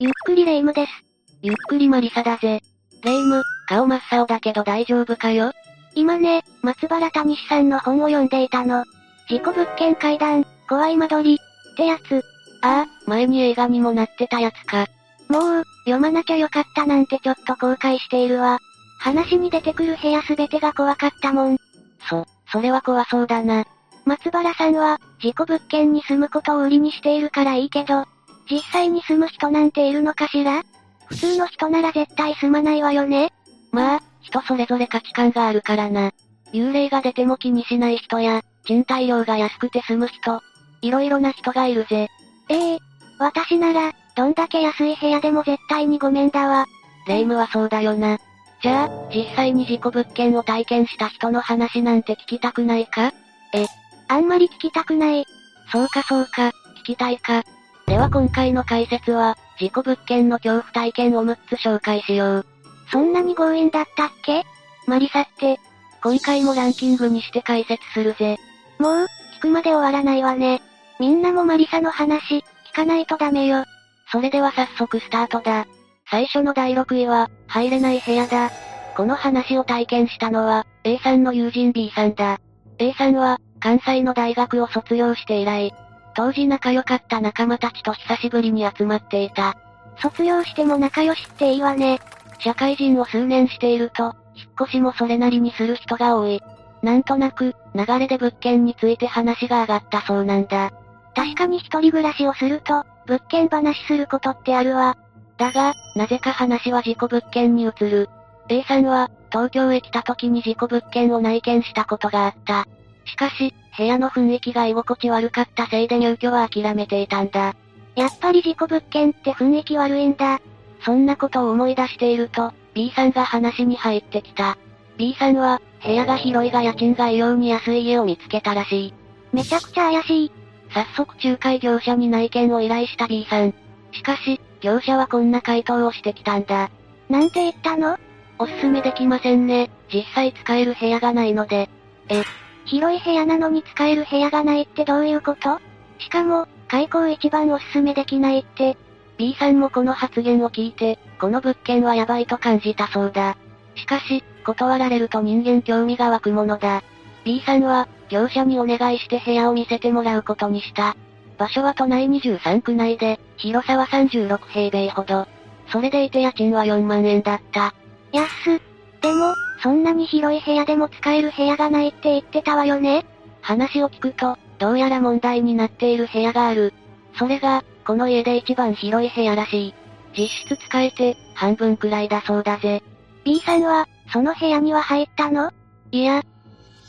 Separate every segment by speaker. Speaker 1: ゆっくりレ夢ムです。
Speaker 2: ゆっくりマリサだぜ。レイム、顔真っ青だけど大丈夫かよ
Speaker 1: 今ね、松原谷志さんの本を読んでいたの。事故物件階段、怖い間取り、ってやつ。
Speaker 2: ああ、前に映画にもなってたやつか。
Speaker 1: もう、読まなきゃよかったなんてちょっと後悔しているわ。話に出てくる部屋すべてが怖かったもん。
Speaker 2: そ、それは怖そうだな。
Speaker 1: 松原さんは、事故物件に住むことを売りにしているからいいけど、実際に住む人なんているのかしら普通の人なら絶対住まないわよね
Speaker 2: まあ、人それぞれ価値観があるからな。幽霊が出ても気にしない人や、賃貸料が安くて済む人、いろいろな人がいるぜ。
Speaker 1: ええ私なら、どんだけ安い部屋でも絶対にごめんだわ。
Speaker 2: レイムはそうだよな。じゃあ、実際に事故物件を体験した人の話なんて聞きたくないか
Speaker 1: あんまり聞きたくない。
Speaker 2: そうかそうか、聞きたいか。では今回の解説は、事故物件の恐怖体験を6つ紹介しよう。
Speaker 1: そんなに強引だったっけマリサって、
Speaker 2: 今回もランキングにして解説するぜ。
Speaker 1: もう、聞くまで終わらないわね。みんなもマリサの話、聞かないとダメよ。
Speaker 2: それでは早速スタートだ。最初の第6位は、入れない部屋だ。この話を体験したのは、A さんの友人 B さんだ。A さんは、関西の大学を卒業して以来、当時仲良かった仲間たちと久しぶりに集まっていた。
Speaker 1: 卒業しても仲良しっていいわね。
Speaker 2: 社会人を数年していると、引っ越しもそれなりにする人が多い。なんとなく、流れで物件について話が上がったそうなんだ。
Speaker 1: 確かに一人暮らしをすると、物件話することってあるわ。
Speaker 2: だが、なぜか話は事故物件に移る。A さんは、東京へ来た時に事故物件を内見したことがあった。しかし、部屋の雰囲気が居心地悪かったせいで入居は諦めていたんだ。
Speaker 1: やっぱり事故物件って雰囲気悪いんだ。
Speaker 2: そんなことを思い出していると、B さんが話に入ってきた。B さんは、部屋が広いが家賃が異様に安い家を見つけたらしい。
Speaker 1: めちゃくちゃ怪しい。
Speaker 2: 早速仲介業者に内見を依頼した B さん。しかし、業者はこんな回答をしてきたんだ。
Speaker 1: なんて言ったの
Speaker 2: おすすめできませんね。実際使える部屋がないので。
Speaker 1: 広い部屋なのに使える部屋がないってどういうことしかも、開口一番おすすめできないって、
Speaker 2: B さんもこの発言を聞いて、この物件はやばいと感じたそうだ。しかし、断られると人間興味が湧くものだ。B さんは、業者にお願いして部屋を見せてもらうことにした。場所は都内23区内で、広さは36平米ほど。それでいて家賃は4万円だった。
Speaker 1: 安っ。でも、そんなに広い部屋でも使える部屋がないって言ってたわよね。
Speaker 2: 話を聞くと、どうやら問題になっている部屋がある。それが、この家で一番広い部屋らしい。実質使えて、半分くらいだそうだぜ。
Speaker 1: B さんは、その部屋には入ったの
Speaker 2: いや、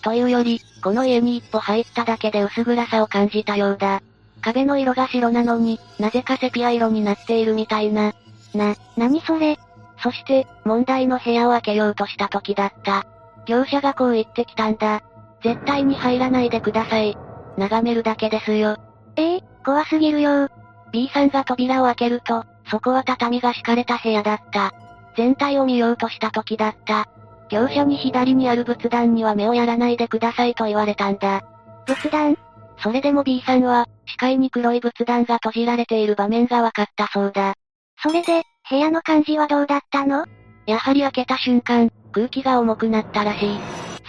Speaker 2: というより、この家に一歩入っただけで薄暗さを感じたようだ。壁の色が白なのに、なぜかセピア色になっているみたいな。
Speaker 1: な、何それ
Speaker 2: そして、問題の部屋を開けようとした時だった。業者がこう言ってきたんだ。絶対に入らないでください。眺めるだけですよ。
Speaker 1: ええ怖すぎるよ
Speaker 2: B さんが扉を開けると、そこは畳が敷かれた部屋だった。全体を見ようとした時だった。業者に左にある仏壇には目をやらないでくださいと言われたんだ。
Speaker 1: 仏壇
Speaker 2: それでも B さんは、視界に黒い仏壇が閉じられている場面が分かったそうだ。
Speaker 1: それで、部屋の感じはどうだったの
Speaker 2: やはり開けた瞬間、空気が重くなったらしい。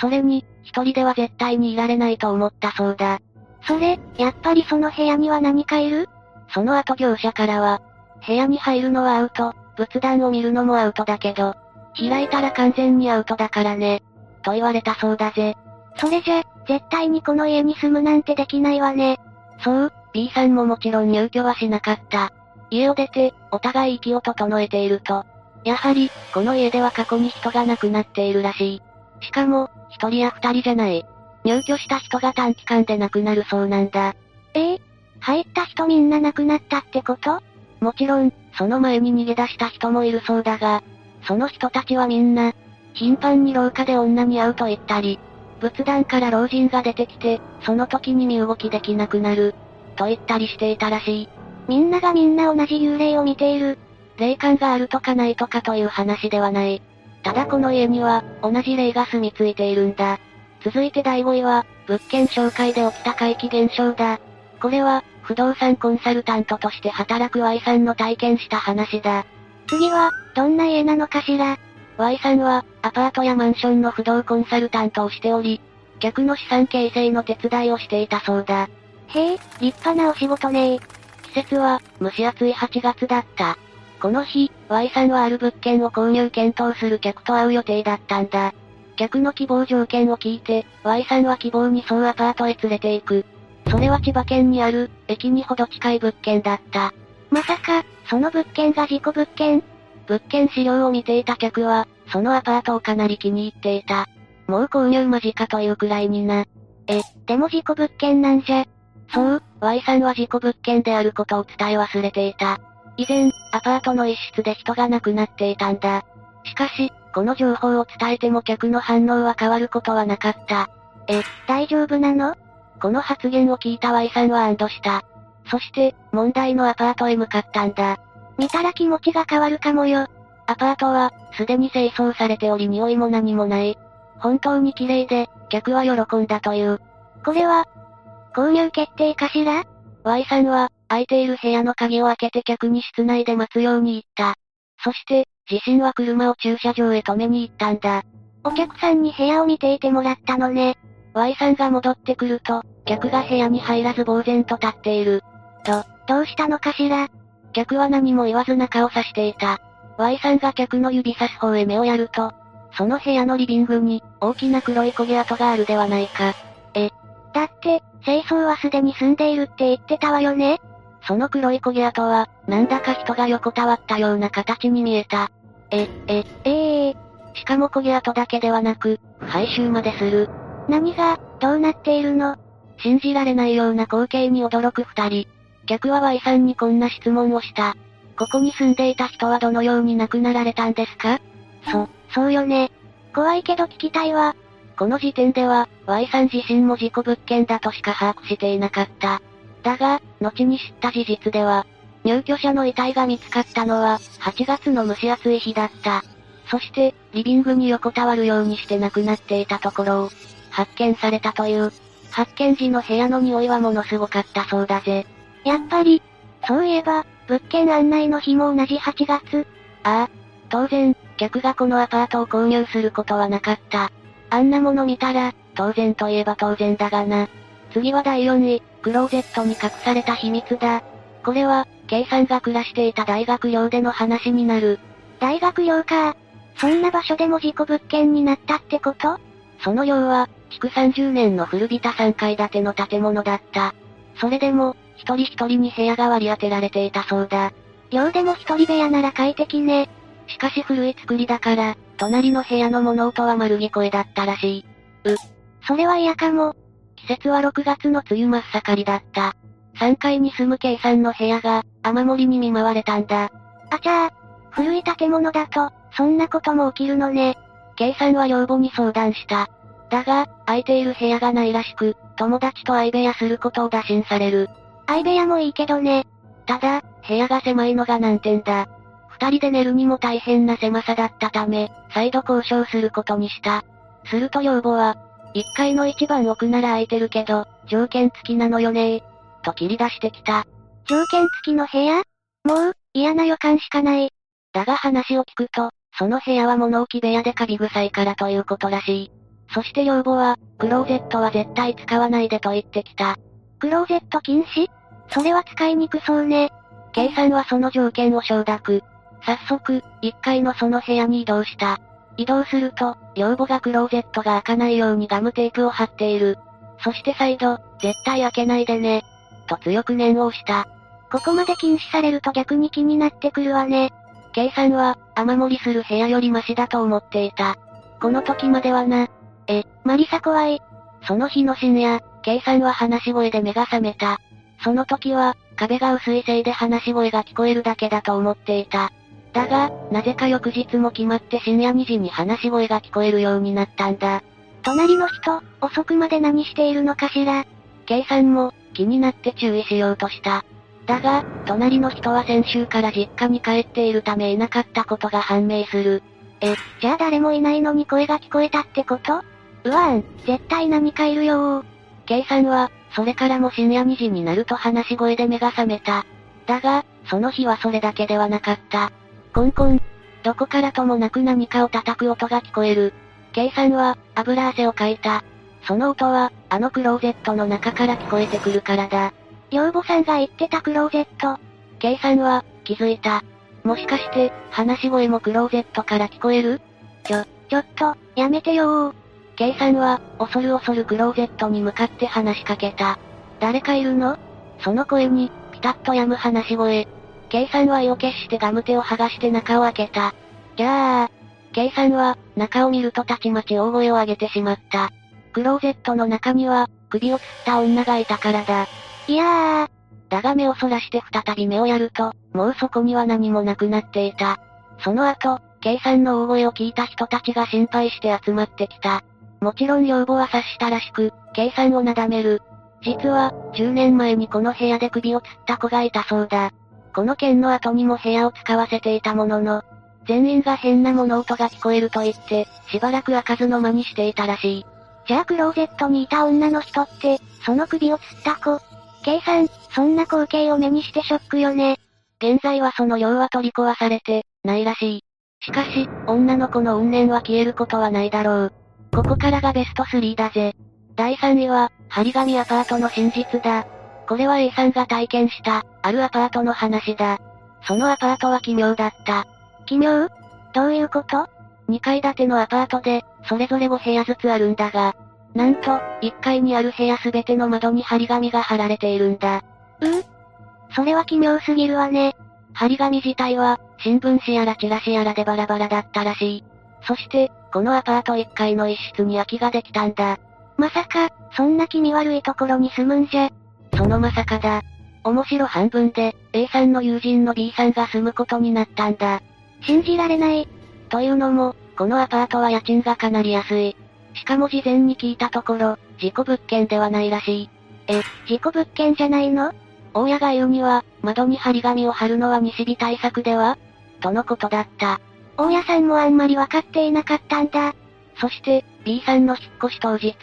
Speaker 2: それに、一人では絶対にいられないと思ったそうだ。
Speaker 1: それ、やっぱりその部屋には何かいる
Speaker 2: その後業者からは、部屋に入るのはアウト、仏壇を見るのもアウトだけど、開いたら完全にアウトだからね、と言われたそうだぜ。
Speaker 1: それじゃ、絶対にこの家に住むなんてできないわね。
Speaker 2: そう、B さんももちろん入居はしなかった。家を出て、お互い息を整えていると、やはり、この家では過去に人が亡くなっているらしい。しかも、一人や二人じゃない。入居した人が短期間で亡くなるそうなんだ。
Speaker 1: ええ入った人みんな亡くなったってこと
Speaker 2: もちろん、その前に逃げ出した人もいるそうだが、その人たちはみんな、頻繁に廊下で女に会うと言ったり、仏壇から老人が出てきて、その時に身動きできなくなる、と言ったりしていたらしい。
Speaker 1: みんながみんな同じ幽霊を見ている。
Speaker 2: 霊感があるとかないとかという話ではない。ただこの家には、同じ霊が住み着いているんだ。続いて第5位は、物件紹介で起きた怪奇現象だ。これは、不動産コンサルタントとして働く Y さんの体験した話だ。
Speaker 1: 次は、どんな家なのかしら。
Speaker 2: Y さんは、アパートやマンションの不動コンサルタントをしており、客の資産形成の手伝いをしていたそうだ。
Speaker 1: へえ、立派なお仕事ねえ。
Speaker 2: 季節は、蒸し暑い8月だった。この日、Y さんはある物件を購入検討する客と会う予定だったんだ。客の希望条件を聞いて、Y さんは希望に沿うアパートへ連れて行く。それは千葉県にある、駅にほど近い物件だった。
Speaker 1: まさか、その物件が事故物件
Speaker 2: 物件資料を見ていた客は、そのアパートをかなり気に入っていた。もう購入間近というくらいにな。
Speaker 1: でも事故物件なんじゃ。
Speaker 2: そう、Y さんは事故物件であることを伝え忘れていた。以前、アパートの一室で人が亡くなっていたんだ。しかし、この情報を伝えても客の反応は変わることはなかった。
Speaker 1: 大丈夫なの
Speaker 2: この発言を聞いた Y さんは安堵した。そして、問題のアパートへ向かったんだ。
Speaker 1: 見たら気持ちが変わるかもよ。
Speaker 2: アパートは、すでに清掃されており匂いも何もない。本当に綺麗で、客は喜んだという。
Speaker 1: これは、購入決定かしら
Speaker 2: Y さんは、空いている部屋の鍵を開けて客に室内で待つように言った。そして、自身は車を駐車場へ止めに行ったんだ。
Speaker 1: お客さんに部屋を見ていてもらったのね。
Speaker 2: Y さんが戻ってくると、客が部屋に入らず呆然と立っている。
Speaker 1: どうしたのかしら
Speaker 2: 客は何も言わず中を指していた。Y さんが客の指差し方へ目をやると、その部屋のリビングに、大きな黒い焦げ跡があるではないか。
Speaker 1: だって、清掃はすでに住んでいるって言ってたわよね。
Speaker 2: その黒い焦げ跡は、なんだか人が横たわったような形に見えた。え、え、
Speaker 1: ええ
Speaker 2: しかも焦げ跡だけではなく、腐敗臭までする。
Speaker 1: 何が、どうなっているの
Speaker 2: 信じられないような光景に驚く二人。客は Y さんにこんな質問をした。ここに住んでいた人はどのように亡くなられたんですかそ、
Speaker 1: そうよね。怖いけど聞きたいわ。
Speaker 2: この時点では、Y さん自身も事故物件だとしか把握していなかった。だが、後に知った事実では、入居者の遺体が見つかったのは、8月の蒸し暑い日だった。そして、リビングに横たわるようにして亡くなっていたところを、発見されたという。発見時の部屋の匂いはものすごかったそうだぜ。
Speaker 1: やっぱり、そういえば、物件案内の日も同じ8月。
Speaker 2: ああ、当然、客がこのアパートを購入することはなかった。あんなもの見たら、当然といえば当然だがな。次は第4位、クローゼットに隠された秘密だ。これは、K さんが暮らしていた大学寮での話になる。
Speaker 1: 大学寮か。そんな場所でも事故物件になったってこと
Speaker 2: その寮は、築30年の古びた3階建ての建物だった。それでも、一人一人に部屋が割り当てられていたそうだ。
Speaker 1: 寮でも一人部屋なら快適ね。
Speaker 2: しかし古い作りだから、隣の部屋の物音は丸聞こえだったらしい。
Speaker 1: それは嫌かも。
Speaker 2: 季節は6月の梅雨真っ盛りだった。3階に住む K さんの部屋が、雨漏りに見舞われたんだ。
Speaker 1: あちゃー。古い建物だと、そんなことも起きるのね。
Speaker 2: K さんは養母に相談した。だが、空いている部屋がないらしく、友達と相部屋することを打診される。
Speaker 1: 相部屋もいいけどね。
Speaker 2: ただ、部屋が狭いのが難点だ。二人で寝るにも大変な狭さだったため、再度交渉することにした。すると養母は、一階の一番奥なら空いてるけど、条件付きなのよねー。と切り出してきた。
Speaker 1: 条件付きの部屋もう、嫌な予感しかない。
Speaker 2: だが話を聞くと、その部屋は物置部屋でカビ臭いからということらしい。そして養母は、クローゼットは絶対使わないでと言ってきた。
Speaker 1: クローゼット禁止それは使いにくそうね。
Speaker 2: K さんはその条件を承諾。早速、1階のその部屋に移動した。移動すると、養母がクローゼットが開かないようにガムテープを貼っている。そして再度、絶対開けないでね。と強く念を押した。
Speaker 1: ここまで禁止されると逆に気になってくるわね。
Speaker 2: K さんは、雨漏りする部屋よりマシだと思っていた。この時まではな。え、
Speaker 1: マリサ怖い。
Speaker 2: その日の深夜、K さんは話し声で目が覚めた。その時は、壁が薄いせいで話し声が聞こえるだけだと思っていた。だが、なぜか翌日も決まって深夜2時に話し声が聞こえるようになったんだ。
Speaker 1: 隣の人、遅くまで何しているのかしら。
Speaker 2: K さんも、気になって注意しようとした。だが、隣の人は先週から実家に帰っているためいなかったことが判明する。
Speaker 1: じゃあ誰もいないのに声が聞こえたってことうわん、絶対何かいるよー。
Speaker 2: K さんは、それからも深夜2時になると話し声で目が覚めた。だが、その日はそれだけではなかった。コンコン。どこからともなく何かを叩く音が聞こえる。K さんは、油汗をかいた。その音は、あのクローゼットの中から聞こえてくるからだ。
Speaker 1: 養母さんが言ってたクローゼット。
Speaker 2: K さんは、気づいた。もしかして、話し声もクローゼットから聞こえる
Speaker 1: ちょっと、やめてよー。
Speaker 2: K さんは、恐る恐るクローゼットに向かって話しかけた。誰かいるのその声に、ピタッと止む話し声。K さんは意を決してガム手を剥がして中を開けた。ギャー。K さんは、中を見るとたちまち大声を上げてしまった。クローゼットの中には、首を吊った女がいたからだ。
Speaker 1: いやー、
Speaker 2: だが目をそらして再び目をやると、もうそこには何もなくなっていた。その後、K さんの大声を聞いた人たちが心配して集まってきた。もちろん養母は察したらしく、K さんをなだめる。実は、10年前にこの部屋で首を吊った子がいたそうだ。この件の後にも部屋を使わせていたものの、全員が変な物音が聞こえると言って、しばらく開かずの間にしていたらしい。
Speaker 1: じゃあクローゼットにいた女の人って、その首を吊った子。K さん、そんな光景を目にしてショックよね。
Speaker 2: 現在はその量は取り壊されて、ないらしい。しかし、女の子の怨念は消えることはないだろう。ここからがベスト3だぜ。第3位は、張り紙アパートの真実だ。これは A さんが体験した、あるアパートの話だ。そのアパートは奇妙だった。
Speaker 1: 奇妙どういうこと
Speaker 2: 2階建てのアパートで、それぞれ5部屋ずつあるんだが、なんと、1階にある部屋すべての窓に張り紙が貼られているんだ。
Speaker 1: それは奇妙すぎるわね。
Speaker 2: 張り紙自体は、新聞紙やらチラシやらでバラバラだったらしい。そして、このアパート1階の一室に空きができたんだ。
Speaker 1: まさか、そんな気味悪いところに住むんじゃ。
Speaker 2: そのまさかだ。面白半分で、A さんの友人の B さんが住むことになったんだ。
Speaker 1: 信じられない。
Speaker 2: というのも、このアパートは家賃がかなり安い。しかも事前に聞いたところ、事故物件ではないらしい。
Speaker 1: 事故物件じゃないの
Speaker 2: 大家が言うには、窓に張り紙を貼るのは西日対策ではとのことだった。
Speaker 1: 大家さんもあんまり分かっていなかったんだ。
Speaker 2: そして、B さんの引っ越し当日、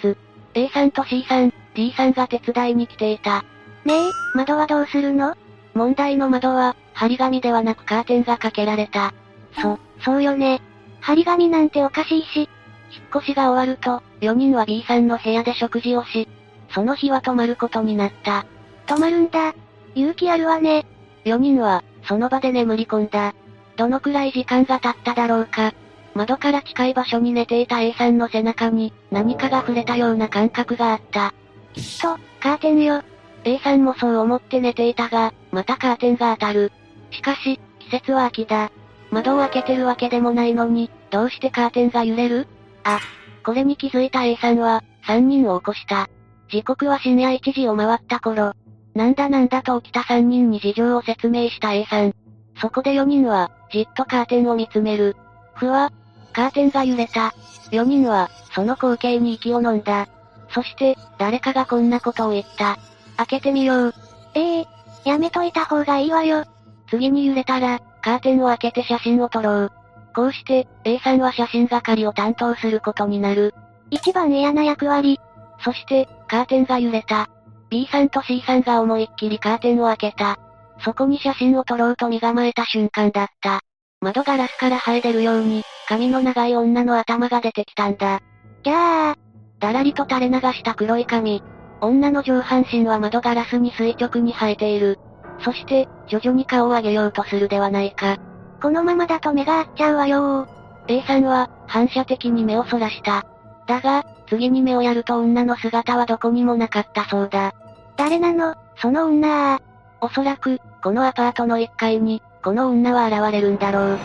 Speaker 2: A さんと C さん、D さんが手伝いに来ていた。
Speaker 1: ねえ、窓はどうするの
Speaker 2: 問題の窓は、張り紙ではなくカーテンがかけられた。
Speaker 1: そ、そうよね。張り紙なんておかしいし、
Speaker 2: 引っ越しが終わると、4人は B さんの部屋で食事をし、その日は泊まることになった。
Speaker 1: 止まるんだ。勇気あるわね。
Speaker 2: 4人は、その場で眠り込んだ。どのくらい時間が経っただろうか。窓から近い場所に寝ていた A さんの背中に、何かが触れたような感覚があった。
Speaker 1: きっと、カーテンよ。
Speaker 2: A さんもそう思って寝ていたが、またカーテンが当たる。しかし、季節は秋だ。窓を開けてるわけでもないのに、どうしてカーテンが揺れるあ、これに気づいた A さんは、3人を起こした。時刻は深夜1時を回った頃。なんだなんだと起きた3人に事情を説明した A さん。そこで4人は、じっとカーテンを見つめる。ふわ、カーテンが揺れた。4人は、その光景に息を飲んだ。そして、誰かがこんなことを言った。開けてみよう。
Speaker 1: ええやめといた方がいいわよ。
Speaker 2: 次に揺れたら、カーテンを開けて写真を撮ろう。こうして、A さんは写真係を担当することになる。
Speaker 1: 一番嫌な役割。
Speaker 2: そして、カーテンが揺れた。B さんと C さんが思いっきりカーテンを開けた。そこに写真を撮ろうと身構えた瞬間だった。窓ガラスから生え出るように、髪の長い女の頭が出てきたんだ。
Speaker 1: ギャー、
Speaker 2: だらりと垂れ流した黒い髪。女の上半身は窓ガラスに垂直に生えている。そして、徐々に顔を上げようとするではないか。
Speaker 1: このままだと目が合っちゃうわよ
Speaker 2: A さんは、反射的に目をそらした。だが、次に目をやると女の姿はどこにもなかったそうだ。
Speaker 1: 誰なの、その女ー。
Speaker 2: おそらく、このアパートの1階に、この女は現れるんだろう。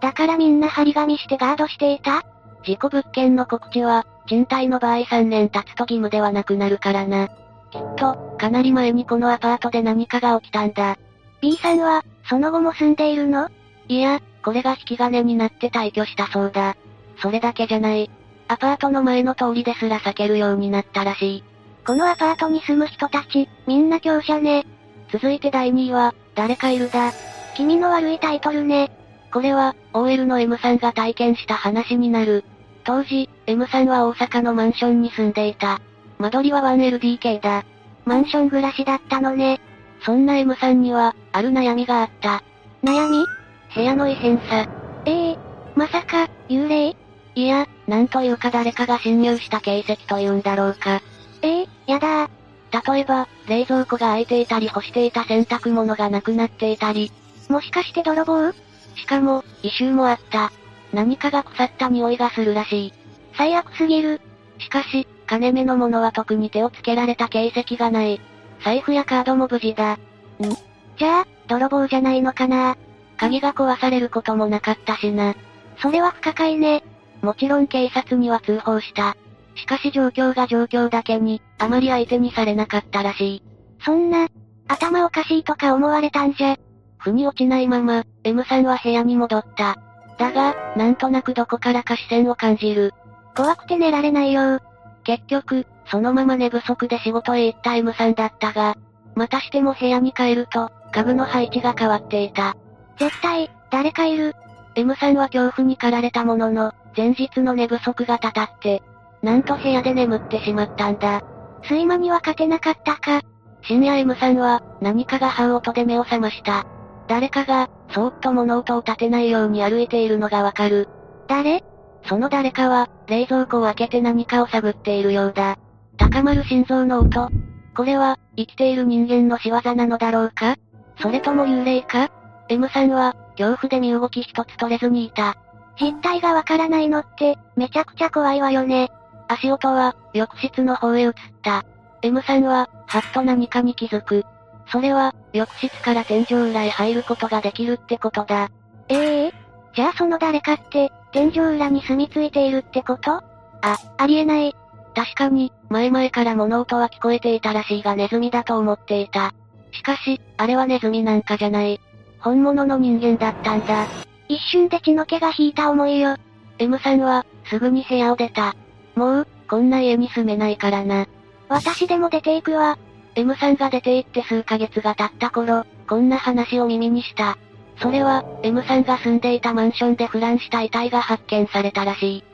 Speaker 1: だからみんな張り紙してガードしていた
Speaker 2: 事故物件の告知は、賃貸の場合3年経つと義務ではなくなるからな。きっと、かなり前にこのアパートで何かが起きたんだ。
Speaker 1: B さんは、その後も住んでいるの
Speaker 2: いや、これが引き金になって退去したそうだ。それだけじゃない。アパートの前の通りですら避けるようになったらしい。
Speaker 1: このアパートに住む人たち、みんな強者ね。
Speaker 2: 続いて第2位は、誰かいるだ。
Speaker 1: 気味の悪いタイトルね。
Speaker 2: これは、OL の M さんが体験した話になる。当時、M さんは大阪のマンションに住んでいた。間取りは 1LDK だ。
Speaker 1: マンション暮らしだったのね。
Speaker 2: そんな M さんには、ある悩みがあった。
Speaker 1: 悩み
Speaker 2: 部屋の異変さ。
Speaker 1: ええまさか、幽霊
Speaker 2: いや、なんというか誰かが侵入した形跡というんだろうか。
Speaker 1: ええやだー。
Speaker 2: 例えば、冷蔵庫が開いていたり干していた洗濯物がなくなっていたり、
Speaker 1: もしかして泥棒
Speaker 2: しかも、異臭もあった。何かが腐った匂いがするらしい。
Speaker 1: 最悪すぎる。
Speaker 2: しかし、金目のものは特に手をつけられた形跡がない。財布やカードも無事だ。
Speaker 1: じゃあ、泥棒じゃないのかな
Speaker 2: 鍵が壊されることもなかったしな。
Speaker 1: それは不可解ね。
Speaker 2: もちろん警察には通報した。しかし状況が状況だけに、あまり相手にされなかったらしい。
Speaker 1: そんな、頭おかしいとか思われたんじゃ。
Speaker 2: 腑に落ちないまま、M さんは部屋に戻った。だが、なんとなくどこからか視線を感じる。
Speaker 1: 怖くて寝られないよー。
Speaker 2: 結局、そのまま寝不足で仕事へ行った M さんだったが、またしても部屋に帰ると、家具の配置が変わっていた。
Speaker 1: 絶対、誰かいる。
Speaker 2: M さんは恐怖に駆られたものの、前日の寝不足がたたって、なんと部屋で眠ってしまったんだ。
Speaker 1: 睡魔には勝てなかったか。
Speaker 2: 深夜 M さんは、何かが半音で目を覚ました。誰かが、そーっと物音を立てないように歩いているのがわかる。
Speaker 1: 誰
Speaker 2: その誰かは、冷蔵庫を開けて何かを探っているようだ。高まる心臓の音。これは、生きている人間の仕業なのだろうかそれとも幽霊か ?M さんは、恐怖で身動き一つ取れずにいた。
Speaker 1: 実態がわからないのって、めちゃくちゃ怖いわよね。
Speaker 2: 足音は、浴室の方へ移った。M さんは、はっと何かに気づく。それは、浴室から天井裏へ入ることができるってことだ。
Speaker 1: ええじゃあその誰かって、天井裏に住み着いているってことあ、ありえない。
Speaker 2: 確かに、前々から物音は聞こえていたらしいがネズミだと思っていた。しかし、あれはネズミなんかじゃない。本物の人間だったんだ。
Speaker 1: 一瞬で血の気が引いた思いよ。
Speaker 2: M さんは、すぐに部屋を出た。もう、こんな家に住めないからな。
Speaker 1: 私でも出ていくわ。
Speaker 2: M さんが出て行って数ヶ月が経った頃、こんな話を耳にした。それは、M さんが住んでいたマンションで腐乱した遺体が発見されたらしい。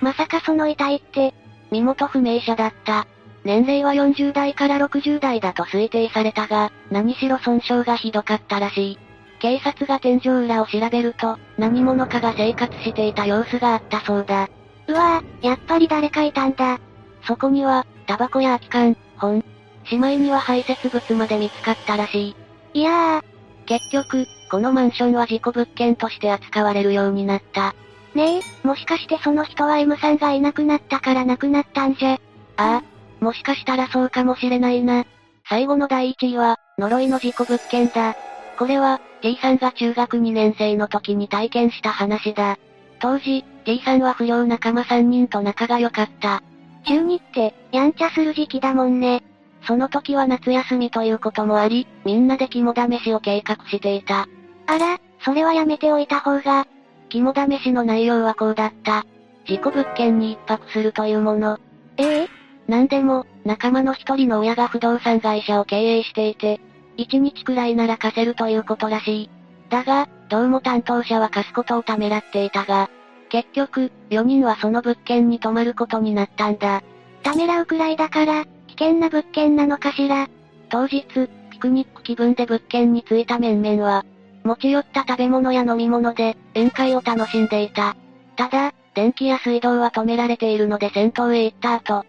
Speaker 1: まさかその遺体って、
Speaker 2: 身元不明者だった。年齢は40代から60代だと推定されたが、何しろ損傷がひどかったらしい。警察が天井裏を調べると、何者かが生活していた様子があったそうだ。
Speaker 1: うわぁ、やっぱり誰かいたんだ。
Speaker 2: そこには、タバコや空き缶、本、しまいには排泄物まで見つかったらしい。
Speaker 1: いや
Speaker 2: 結局、このマンションは事故物件として扱われるようになった。
Speaker 1: ー、ねえ、もしかしてその人は M さんがいなくなったから亡くなったんじゃ。
Speaker 2: ああ、もしかしたらそうかもしれないな。最後の第1位は、呪いの事故物件だ。これは、T さんが中学2年生の時に体験した話だ。当時、T さんは不良仲間3人と仲が良かった。
Speaker 1: 中二って、やんちゃする時期だもんね。
Speaker 2: その時は夏休みということもあり、みんなで肝試しを計画していた。
Speaker 1: あら、それはやめておいた方が、
Speaker 2: 肝試しの内容はこうだった。事故物件に一泊するというもの。
Speaker 1: ええ
Speaker 2: なんでも、仲間の一人の親が不動産会社を経営していて、一日くらいなら貸せるということらしい。だが、どうも担当者は貸すことをためらっていたが、結局、4人はその物件に泊まることになったんだ。
Speaker 1: ためらうくらいだから、危険な物件なのかしら。
Speaker 2: 当日、ピクニック気分で物件に着いた面々は、持ち寄った食べ物や飲み物で、宴会を楽しんでいた。ただ、電気や水道は止められているので銭湯へ行った後、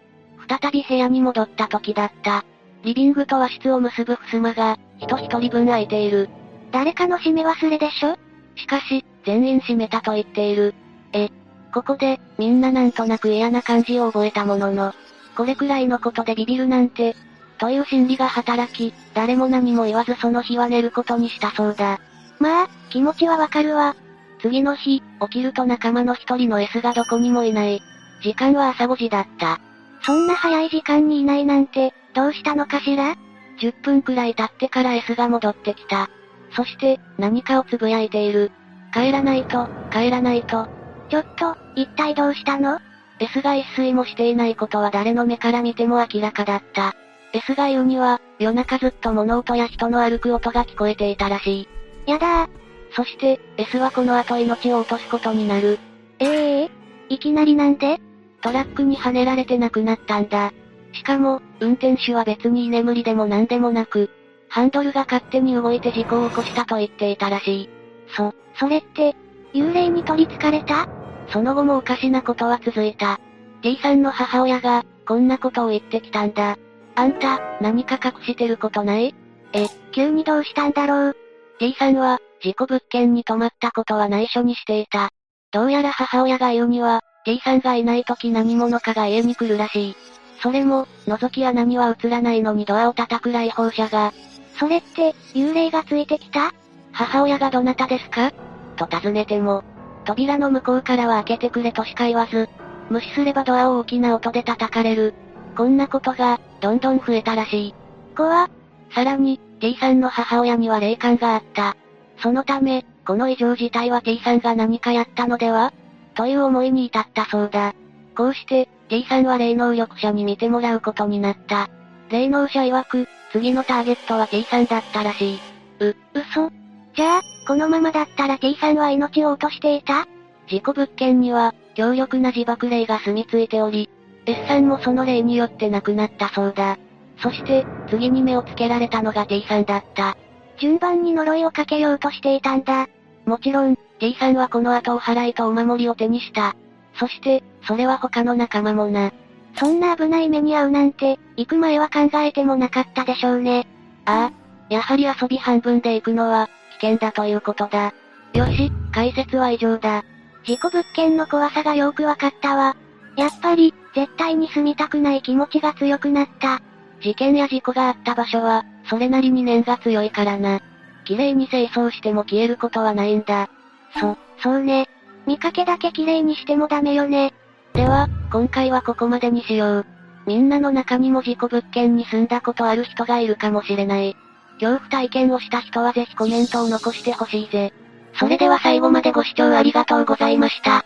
Speaker 2: 再び部屋に戻った時だった。リビングと和室を結ぶ襖が、人一人分空いている。
Speaker 1: 誰かの締め忘れでしょ
Speaker 2: しかし、全員閉めたと言っている。え、ここで、みんななんとなく嫌な感じを覚えたものの、これくらいのことでビビるなんて、という心理が働き、誰も何も言わずその日は寝ることにしたそうだ。
Speaker 1: まあ、気持ちはわかるわ。
Speaker 2: 次の日、起きると仲間の一人の S がどこにもいない。時間は朝5時だった。
Speaker 1: そんな早い時間にいないなんて、どうしたのかしら
Speaker 2: 10分くらい経ってから S が戻ってきた。そして、何かをつぶやいている。帰らないと、帰らないと、
Speaker 1: ちょっと、一体どうしたの
Speaker 2: S が一睡もしていないことは誰の目から見ても明らかだった。S が言うには、夜中ずっと物音や人の歩く音が聞こえていたらしい。
Speaker 1: やだー。
Speaker 2: そして、S はこの後命を落とすことになる。
Speaker 1: ええいきなりなんで
Speaker 2: トラックに跳ねられて亡くなったんだ。しかも、運転手は別に居眠りでも何でもなく、ハンドルが勝手に動いて事故を起こしたと言っていたらしい。
Speaker 1: そ、それって、幽霊に取り憑かれた
Speaker 2: その後もおかしなことは続いた。D さんの母親が、こんなことを言ってきたんだ。あんた、何か隠してることない
Speaker 1: え、急にどうしたんだろう
Speaker 2: ?D さんは、事故物件に泊まったことは内緒にしていた。どうやら母親が言うには、D さんがいない時何者かが家に来るらしい。それも、覗き穴には映らないのにドアを叩く来訪者が。
Speaker 1: それって、幽霊がついてきた
Speaker 2: 母親がどなたですかと尋ねても、扉の向こうからは開けてくれとしか言わず、無視すればドアを大きな音で叩かれる。こんなことが、どんどん増えたらしい。
Speaker 1: 怖
Speaker 2: さらに、D さんの母親には霊感があった。そのため、この異常事態は T さんが何かやったのではという思いに至ったそうだ。こうして、T さんは霊能力者に見てもらうことになった。霊能者曰く、次のターゲットは T さんだったらし
Speaker 1: い。う、嘘じゃあ、このままだったら T さんは命を落としていた
Speaker 2: 事故物件には、強力な自爆霊が住み着いており、S さんもその霊によって亡くなったそうだ。そして、次に目をつけられたのが T さんだった。
Speaker 1: 順番に呪いをかけようとしていたんだ。
Speaker 2: もちろん、T さんはこの後お払いとお守りを手にした。そして、それは他の仲間もな。
Speaker 1: そんな危ない目に遭うなんて、行く前は考えてもなかったでしょうね。
Speaker 2: ああ、やはり遊び半分で行くのは、危険だということだ。よし、解説は以上だ。
Speaker 1: 事故物件の怖さがよくわかったわ。やっぱり、絶対に住みたくない気持ちが強くなった。
Speaker 2: 事件や事故があった場所は、それなりに念が強いからな。綺麗に清掃しても消えることはないんだ。
Speaker 1: そ、そうね。見かけだけ綺麗にしてもダメよね。
Speaker 2: では、今回はここまでにしよう。みんなの中にも事故物件に住んだことある人がいるかもしれない。恐怖体験をした人はぜひコメントを残してほしいぜ。
Speaker 3: それでは最後までご視聴ありがとうございました。